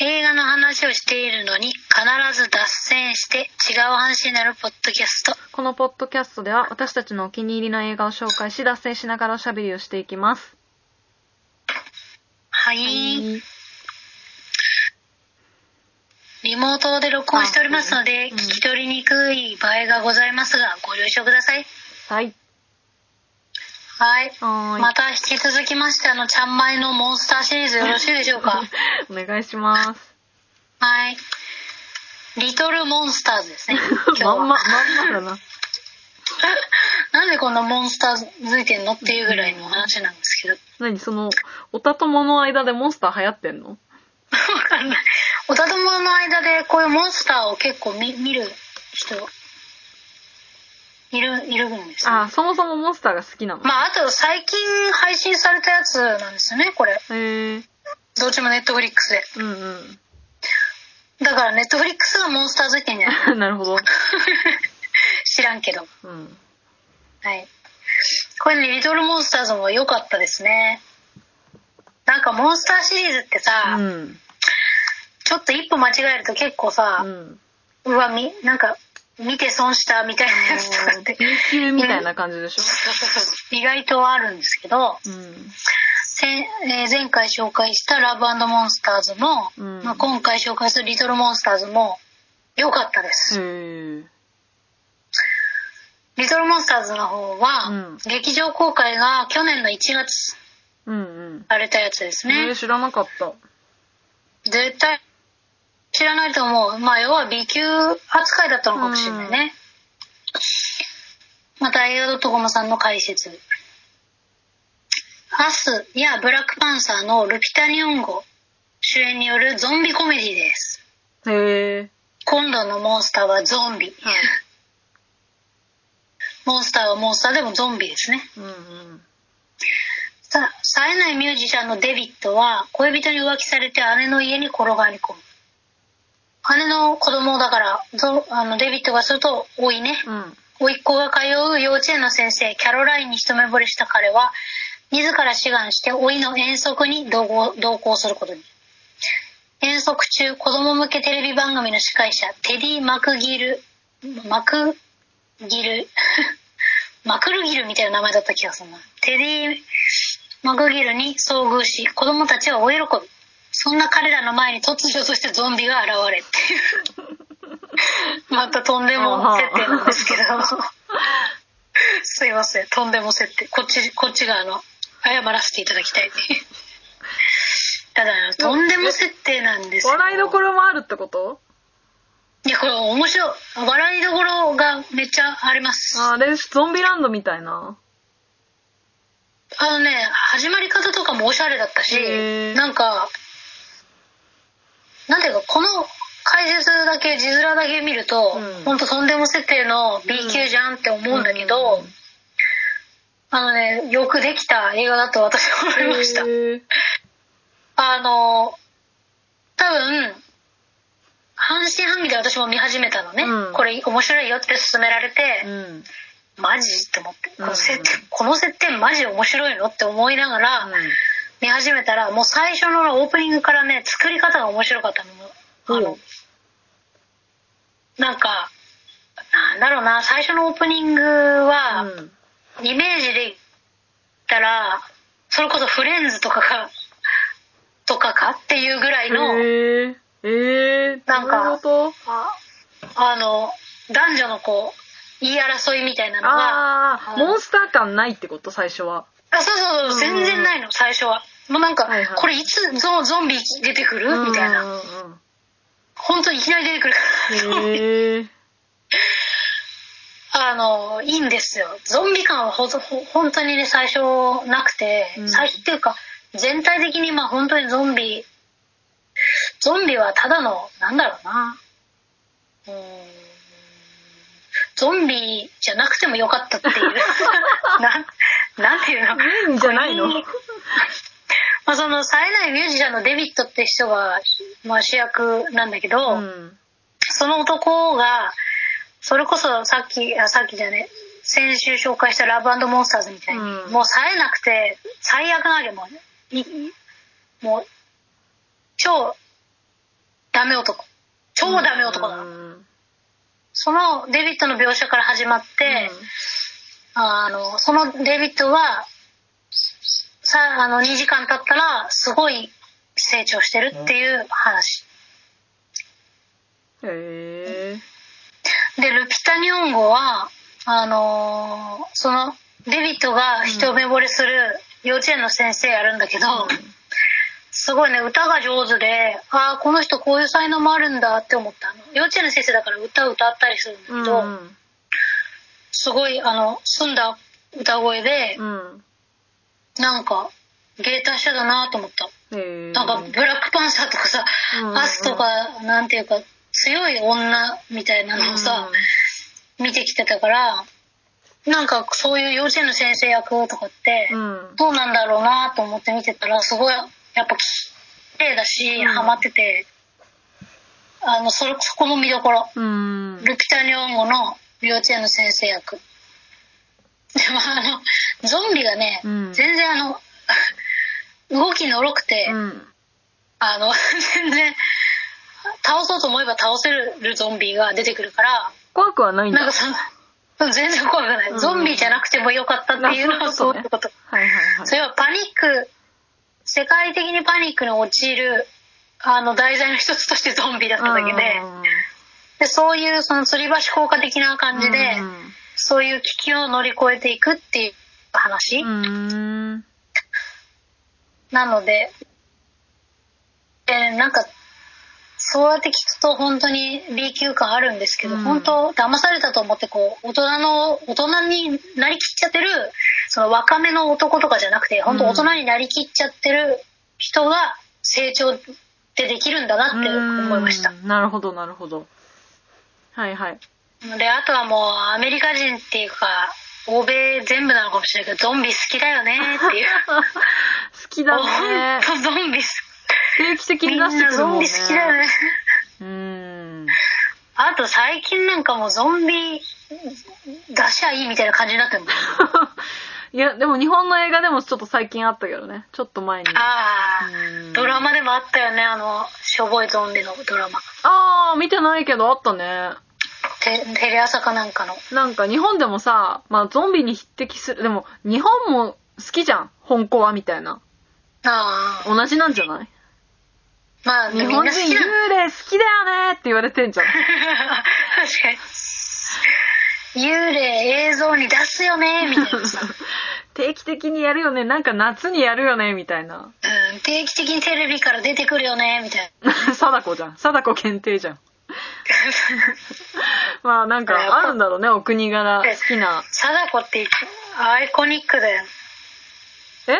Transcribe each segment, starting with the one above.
映画の話をしているのに必ず脱線して違う話になるポッドキャスト。このポッドキャストでは私たちのお気に入りの映画を紹介し脱線しながらおしゃべりをしていきます。はい。リモートで録音しておりますので、う聞んき取りにくい場合がございますが、ご了承ください。はい。はい。はーいまた引き続きまして、あの、ちゃんまいのモンスターシリーズよろしいでしょうかお願いします。はい。リトルモンスターズ ですね。今日まはんま、まんまだな。なんでこんなモンスターづいてんのっていうぐらいの話なんですけど。何その、オタ友の間でモンスター流行ってんのわかんない。おたどもの間でこういうモンスターを結構見見る人、いる、いるんです、ね。あ、そもそもモンスターが好きなの。まあ、あと最近配信されたやつなんですよね、これ。へえー。どっちもネットフリックスで。うんうん。だからネットフリックスがモンスター好きね。 なるほど。知らんけど。うん。はい。これね、リトルモンスターズも良かったですね。なんかモンスターシリーズってさ、うん。ちょっと一歩間違えると結構さ、うん。うわ、み、なんか、見て損したみたいなやつとかって、急みたいな感じでしょ 意外とあるんですけど、うん。せんえー前回紹介したラブモンスターズも、うんまあ、今回紹介するリトルモンスターズも、良かったです。へえ。リトルモンスターズの方は、うん劇場公開が去年の1月うんうん。されたやつですえねー。知らなかった。絶対知らないと思う。まあ、要は B 級扱いだったのかもしれないね。また、映画 .com さんの解説。アスやブラックパンサーのルピタニョンゴ主演によるゾンビコメディです。へえ。今度のモンスターはゾンビ。はいモンスターはモンスターでもゾンビですね。うんうん。さ冴えないミュージシャンのデビッドは恋人に浮気されて姉の家に転がり込む姉の子供だからゾあのデビッドがすると多いねうん。甥っ子が通う幼稚園の先生キャロラインに一目惚れした彼は自ら志願して甥の遠足に同行同行することに遠足中子供向けテレビ番組の司会者テディ・マクギルマクギル マクルギルみたいな名前だった気がするなテディ・マクギルに遭遇し子供たちは大喜びそんな彼らの前に突如としてゾンビが現れっていう またとんでも設定なんですけどすいませんとんでも設定こっちこっちがあの謝らせていただきたい ただあのとんでも設定なんですよ笑いどころもあるってこといやこれ面白い笑いどころがめっちゃありますあれ、ゾンビランドみたいな。あのね始まり方とかもおしゃれだったしへーなんかなんていうかこの解説だけ字面だけ見ると、うんほんととんでも設定の B 級じゃんって思うんだけど、うんあのねよくできた映画だと私は思いました、へえあの多分半信半疑で私も見始めたのね、うんこれ面白いよって勧められて、うん。マジって思ってこうんの設定、この設定マジ面白いのって思いながら見始めたらもう最初のオープニングからね作り方が面白かったのもあの、うんなんかなんだろうな最初のオープニングは、うん。イメージで言ったらそれこそフレンズとかかとかかっていうぐらいのへええー、なんかどういうことああの男女のこう言い争いみたいなのが。あああ、のモンスター感ないってこと最初は。あそうそうそう全然ないの最初はもうなんか、はいはいこれいつゾゾンビ出てくるみたいなうん本当にいきなり出てくるうんうん。へ え。あのいいんですよゾンビ感はほとほ本当にね最初なくて、うん最初っていうか全体的にまあ本当にゾンビゾンビはただのなんだろうなうーんゾンビじゃなくてもよかったっていう なんなんていうの変じゃないのこれまあ、その冴えないミュージシャンのデビットって人が、まあ、主役なんだけど、うん。その男がそれこそさっきあさっきじゃね先週紹介した「ラブモンスターズ」みたいに、うんもう冴えなくて最悪なわけもういいもう超ダメ男超ダメ男だ、うんそのデビットの描写から始まって、あのそのデビットはさあの2時間経ったらすごい成長してるっていう話うんへえでルピタ・ニョンゴはあのーそのデビットが一目惚れする幼稚園の先生やるんだけど、すごいね歌が上手でああこの人こういう才能もあるんだって思ったあの幼稚園の先生だから歌歌ったりするんだけうんど、すごいあの澄んだ歌声で、うんなんか芸達者だなと思った、へえなんかブラックパンサーとかさ、うんうんアスとかなんていうか強い女みたいなのをさ、見てきてたからなんかそういう幼稚園の先生役とかって、うんどうなんだろうなと思って見てたらすごいやっぱ綺麗だし、うんハマっててあのそれそこも見どころうんルピタニョンゴの幼稚園の先生役でもあのゾンビがね、うん全然あの 動きのろくて、うんあの 全然倒そうと思えば倒せるゾンビが出てくるから怖くはないんだなんかその全然怖くない、うんゾンビじゃなくてもよかったっていうのはなそそうういいううことはいはいはいそれはパニック世界的にパニックに陥るあの題材の一つとしてゾンビだっただけで,、でそういうその吊り橋効果的な感じで、そういう危機を乗り越えていくっていう話、うんうんなので、えーなんかそうやって聞くと本当に B 級感あるんですけど、うん本当騙されたと思ってこう大人の大人になりきっちゃってるその若めの男とかじゃなくて本当うん大人になりきっちゃってる人が成長ってできるんだなって思いました。うんなるほどなるほどは いはいであとはもうアメリカ人っていうか欧米全部なのかもしれないけどゾンビ好きだよねって いう。好きだね 本当ゾンビ好き。定期的みにん出してなくるゾもンんビね好きだよね。うんあと最近なんかもうゾンビ出しゃいいみたいな感じになってるもん。いやでも日本の映画でもちょっと最近あったけどねちょっと前にあうあ、んドラマでもあったよね、あの、しょぼいゾンビのドラマ。ああ見てないけどあったねテテレ朝かなんかの。なんか日本でもさ、まあゾンビに匹敵する。でも日本も好きじゃん。香港はみたいな。ああ、同じなんじゃないまあみ日んな好本人き幽なの。霊好きだよねって言われて んじゃん。確かに。幽霊映像に出すよね、みたいな さ。定期的にやるよね。なんか夏にやるよねみたいな。 うん、定期的にテレビから出てくるよね、みたい貞子じゃん。貞子検 定じゃん。まあなんかあるんだろうね。お国柄好きなな。。貞子ってアイコニックだよ。え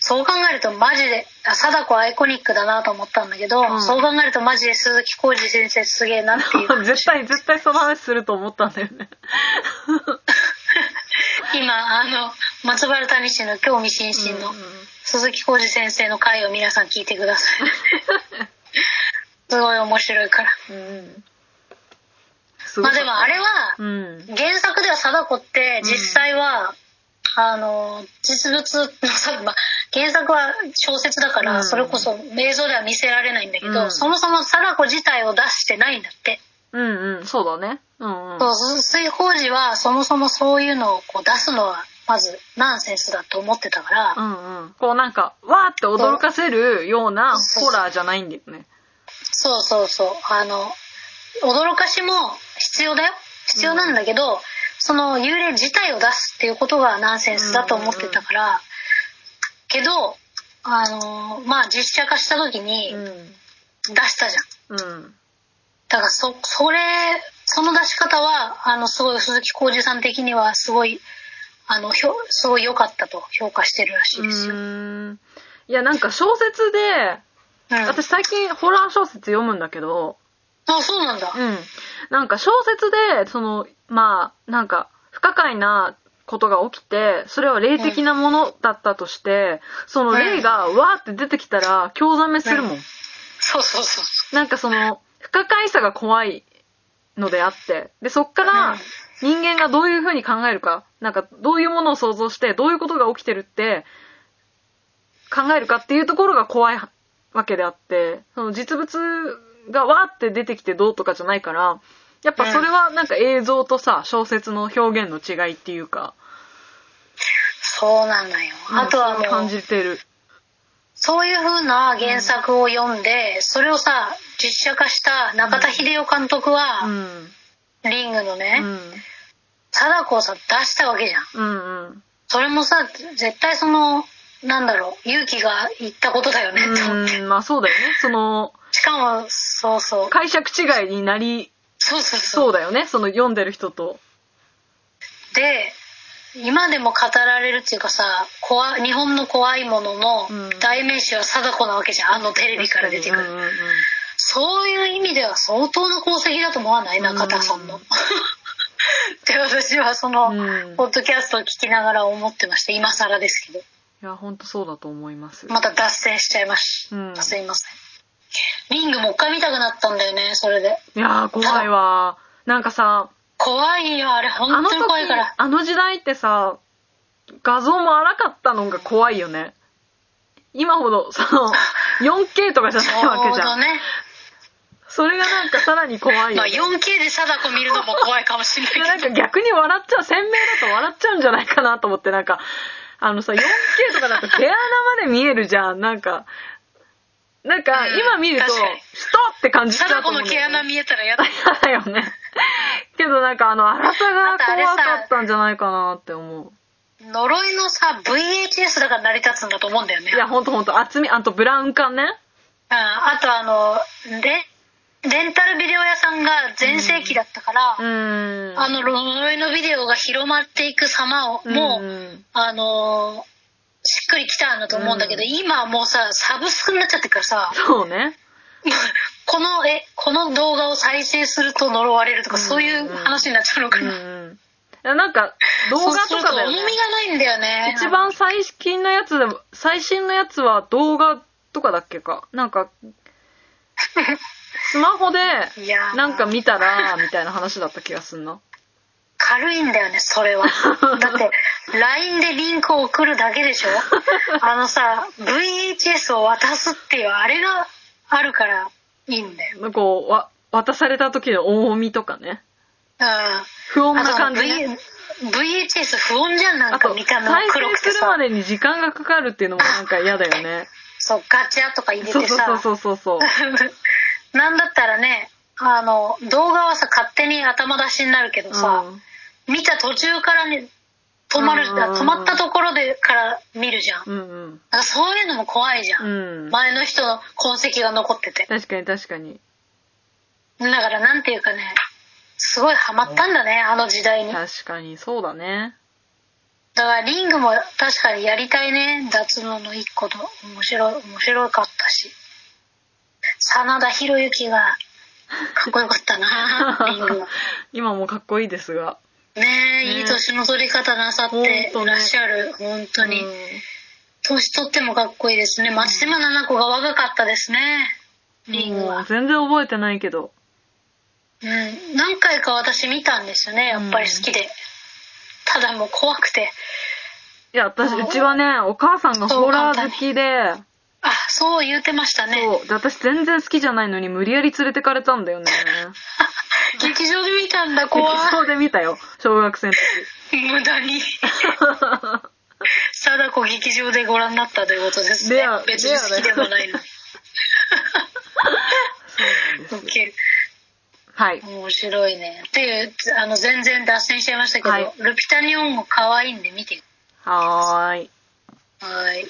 そう考えるとマジであ貞子アイコニックだなと思ったんだけど、うんそう考えるとマジで鈴木浩二先生すげえなっていう 絶対、絶対その話すると思ったんだよね。今あの松原谷氏の興味津々のうんうん鈴木浩二先生の回を皆さん聞いてください すごい面白いからうん。すごまいあでもあれはうん。原作では貞子って実際は、あの実物のさ、まあ、原作は小説だから、うんそれこそ映像では見せられないんだけど、うんそもそも貞子自体を出してないんだってうんうん、そうだね。うんうん。そう水工事はそもそもそういうのをこう出すのはまずナンセンスだと思ってたから、うんうん。こうなんか、わーって驚かせるようなホラーじゃないんだよね。そうそうそうあの驚かしも必要だよ必要なんだけど、その幽霊自体を出すっていうことがナンセンスだと思ってたから、けどあのまあ実写化した時にう出ん。したじゃんうん。だからそそれその出し方はあのすごい鈴木浩二さん的にはすごいあのひょすごい良かったと評価してるらしいですよ。うん。いや、なんか小説で、うん私最近ホラー小説読むんだけど、あ、そうなんだ。うん。なんか小説で、その、まあ、なんか、不可解なことが起きて、それは霊的なものだったとして、その霊がわーって出てきたら、興ざめするもん。そうそうそう。なんかその、不可解さが怖いのであって、で、そっかうんら人間がどういうふうに考えるか、なんかどういうものを想像して、どういうことが起きてるって、考えるかっていうところが怖いわけであって、その実物がわーって出てきてどうとかじゃないから、やっぱそれはなんか映像とさ、小説の表現の違いっていうか、そうなんだよ。あとはうんも感う、じてる。そういう風な原作を読んで、それをさ、実写化した中田秀夫監督うは、ん。リングのうね、ん。貞子をさ、出したわけじゃん。うんうん。それもさ、絶対その、なんだろう、勇気が言ったことだよね、と思って。うん、まあそうだよね。その、しかも、そうそう。解釈違いになりそうそうそう。そうだよね。その読んでる人と。で、今でも語られるっていうかさ、怖い日本の怖いもののうん代名詞は貞子なわけじゃん、あのテレビから出てくうんる。うんうんそういう意味では相当な功績だと思わない中田さんの。うっんて私はその、うんポッドキャストを聞きながら思ってました。今更ですけど。いや、ほんとそうだと思います。また脱線しちゃいましうんた。すいません。リングもう一回見たくなったんだよね、それで。いやー、怖いわー。なんかさ、怖いよ、あれ。あ本の当時に怖いから、。あの時代ってさ、画像も荒かったのが怖いよね。今ほど、その、4K とかじゃちないわょけうじどゃん。ね。それがなんかさらに怖いまよ、あね。 4K で貞子見るのも怖いかもしれ いやなないんけど。か逆に笑っちゃう鮮明だと笑っちゃうんじゃないかなと思ってなんかあのさ 4K とかだと毛穴まで見えるじゃんなんかなんかうん今見ると確かにストって感じしちゃ貞うと子思うのん毛だよ穴ね見えたらやだ。嫌だよねけどなんかあの荒さが怖かったんじゃないかなって思う呪いのさ、VHS だから成り立つんだと思うんだよね。いやほんとほんと厚みあとブラウン管ねうんあとあのレレンタルビデオ屋さんが全盛期だったから、うーんあの呪いのビデオが広まっていく様をもう、うんあのしっくりきたんだと思うんだけど、うん今はもうさサブスクになっちゃってるからさそうねこのえこの動画を再生すると呪われるとか、うんそういう話になっちゃうのうかんな、うんいやなんか動画そとかだようすると重みねがないんだよね一番最近のやつでも、最新のやつは動画とかだっけかなん か、スマホで、いやーなんか見たら、みたいな話だった気がすんな。軽いんだよねそ れはだって LINE でリンクを送るだけで しょあのさ VHS を渡すっていうあれがあるからいいんだよこう、わ、渡された時の重みとかね。うん不穏な感じ、あね。と V- VHS 不穏じゃんなんあかと、見た目も再黒く生てするまさでに時間がかかるっていうのもなんか嫌だよね。そうガチャとか入れてさそうそうそうそうそ う。なんだったらねあの動画はさ勝手に頭出しになるけどさ、見た途中からね止まるうんうんうん止まったところでから見るじゃんうん、うんなんかそういうのも怖いじゃ、うんん。うん。前の人の痕跡が残ってて確かに確かに。だからなんていうかねすごいハマったんだねあの時代にだか確かに、そうだね。らリングも確かにやりたいね脱毛の一個と面白い面白かったし真田広之がかっこよかった なリングは今もかっこいいですが。ねねえいい年の取り方なさってほんといねらっしゃる本当にうん年取ってもかっこいいですね松島菜々子が若かったですねリングもうは全然覚えてないけど。うん、何回か私見たんですよねやっぱり好きで、ただもう怖くていや、私、あうちはね、お母さんがホラー好きで、あそう言うてましたねそう、で私全然好きじゃないのに無理やり連れてかれたんだよね。劇場で見たんだ劇怖い場で見たよ、小学生の時。無駄 に貞子劇場でご覧になったということですねレア別に好きでもない のにそうなんウです。ケるはい。面白いねっていうあの全然脱線しちゃいましたけど、はいルピタニオンも可愛いんで見てはーい。はい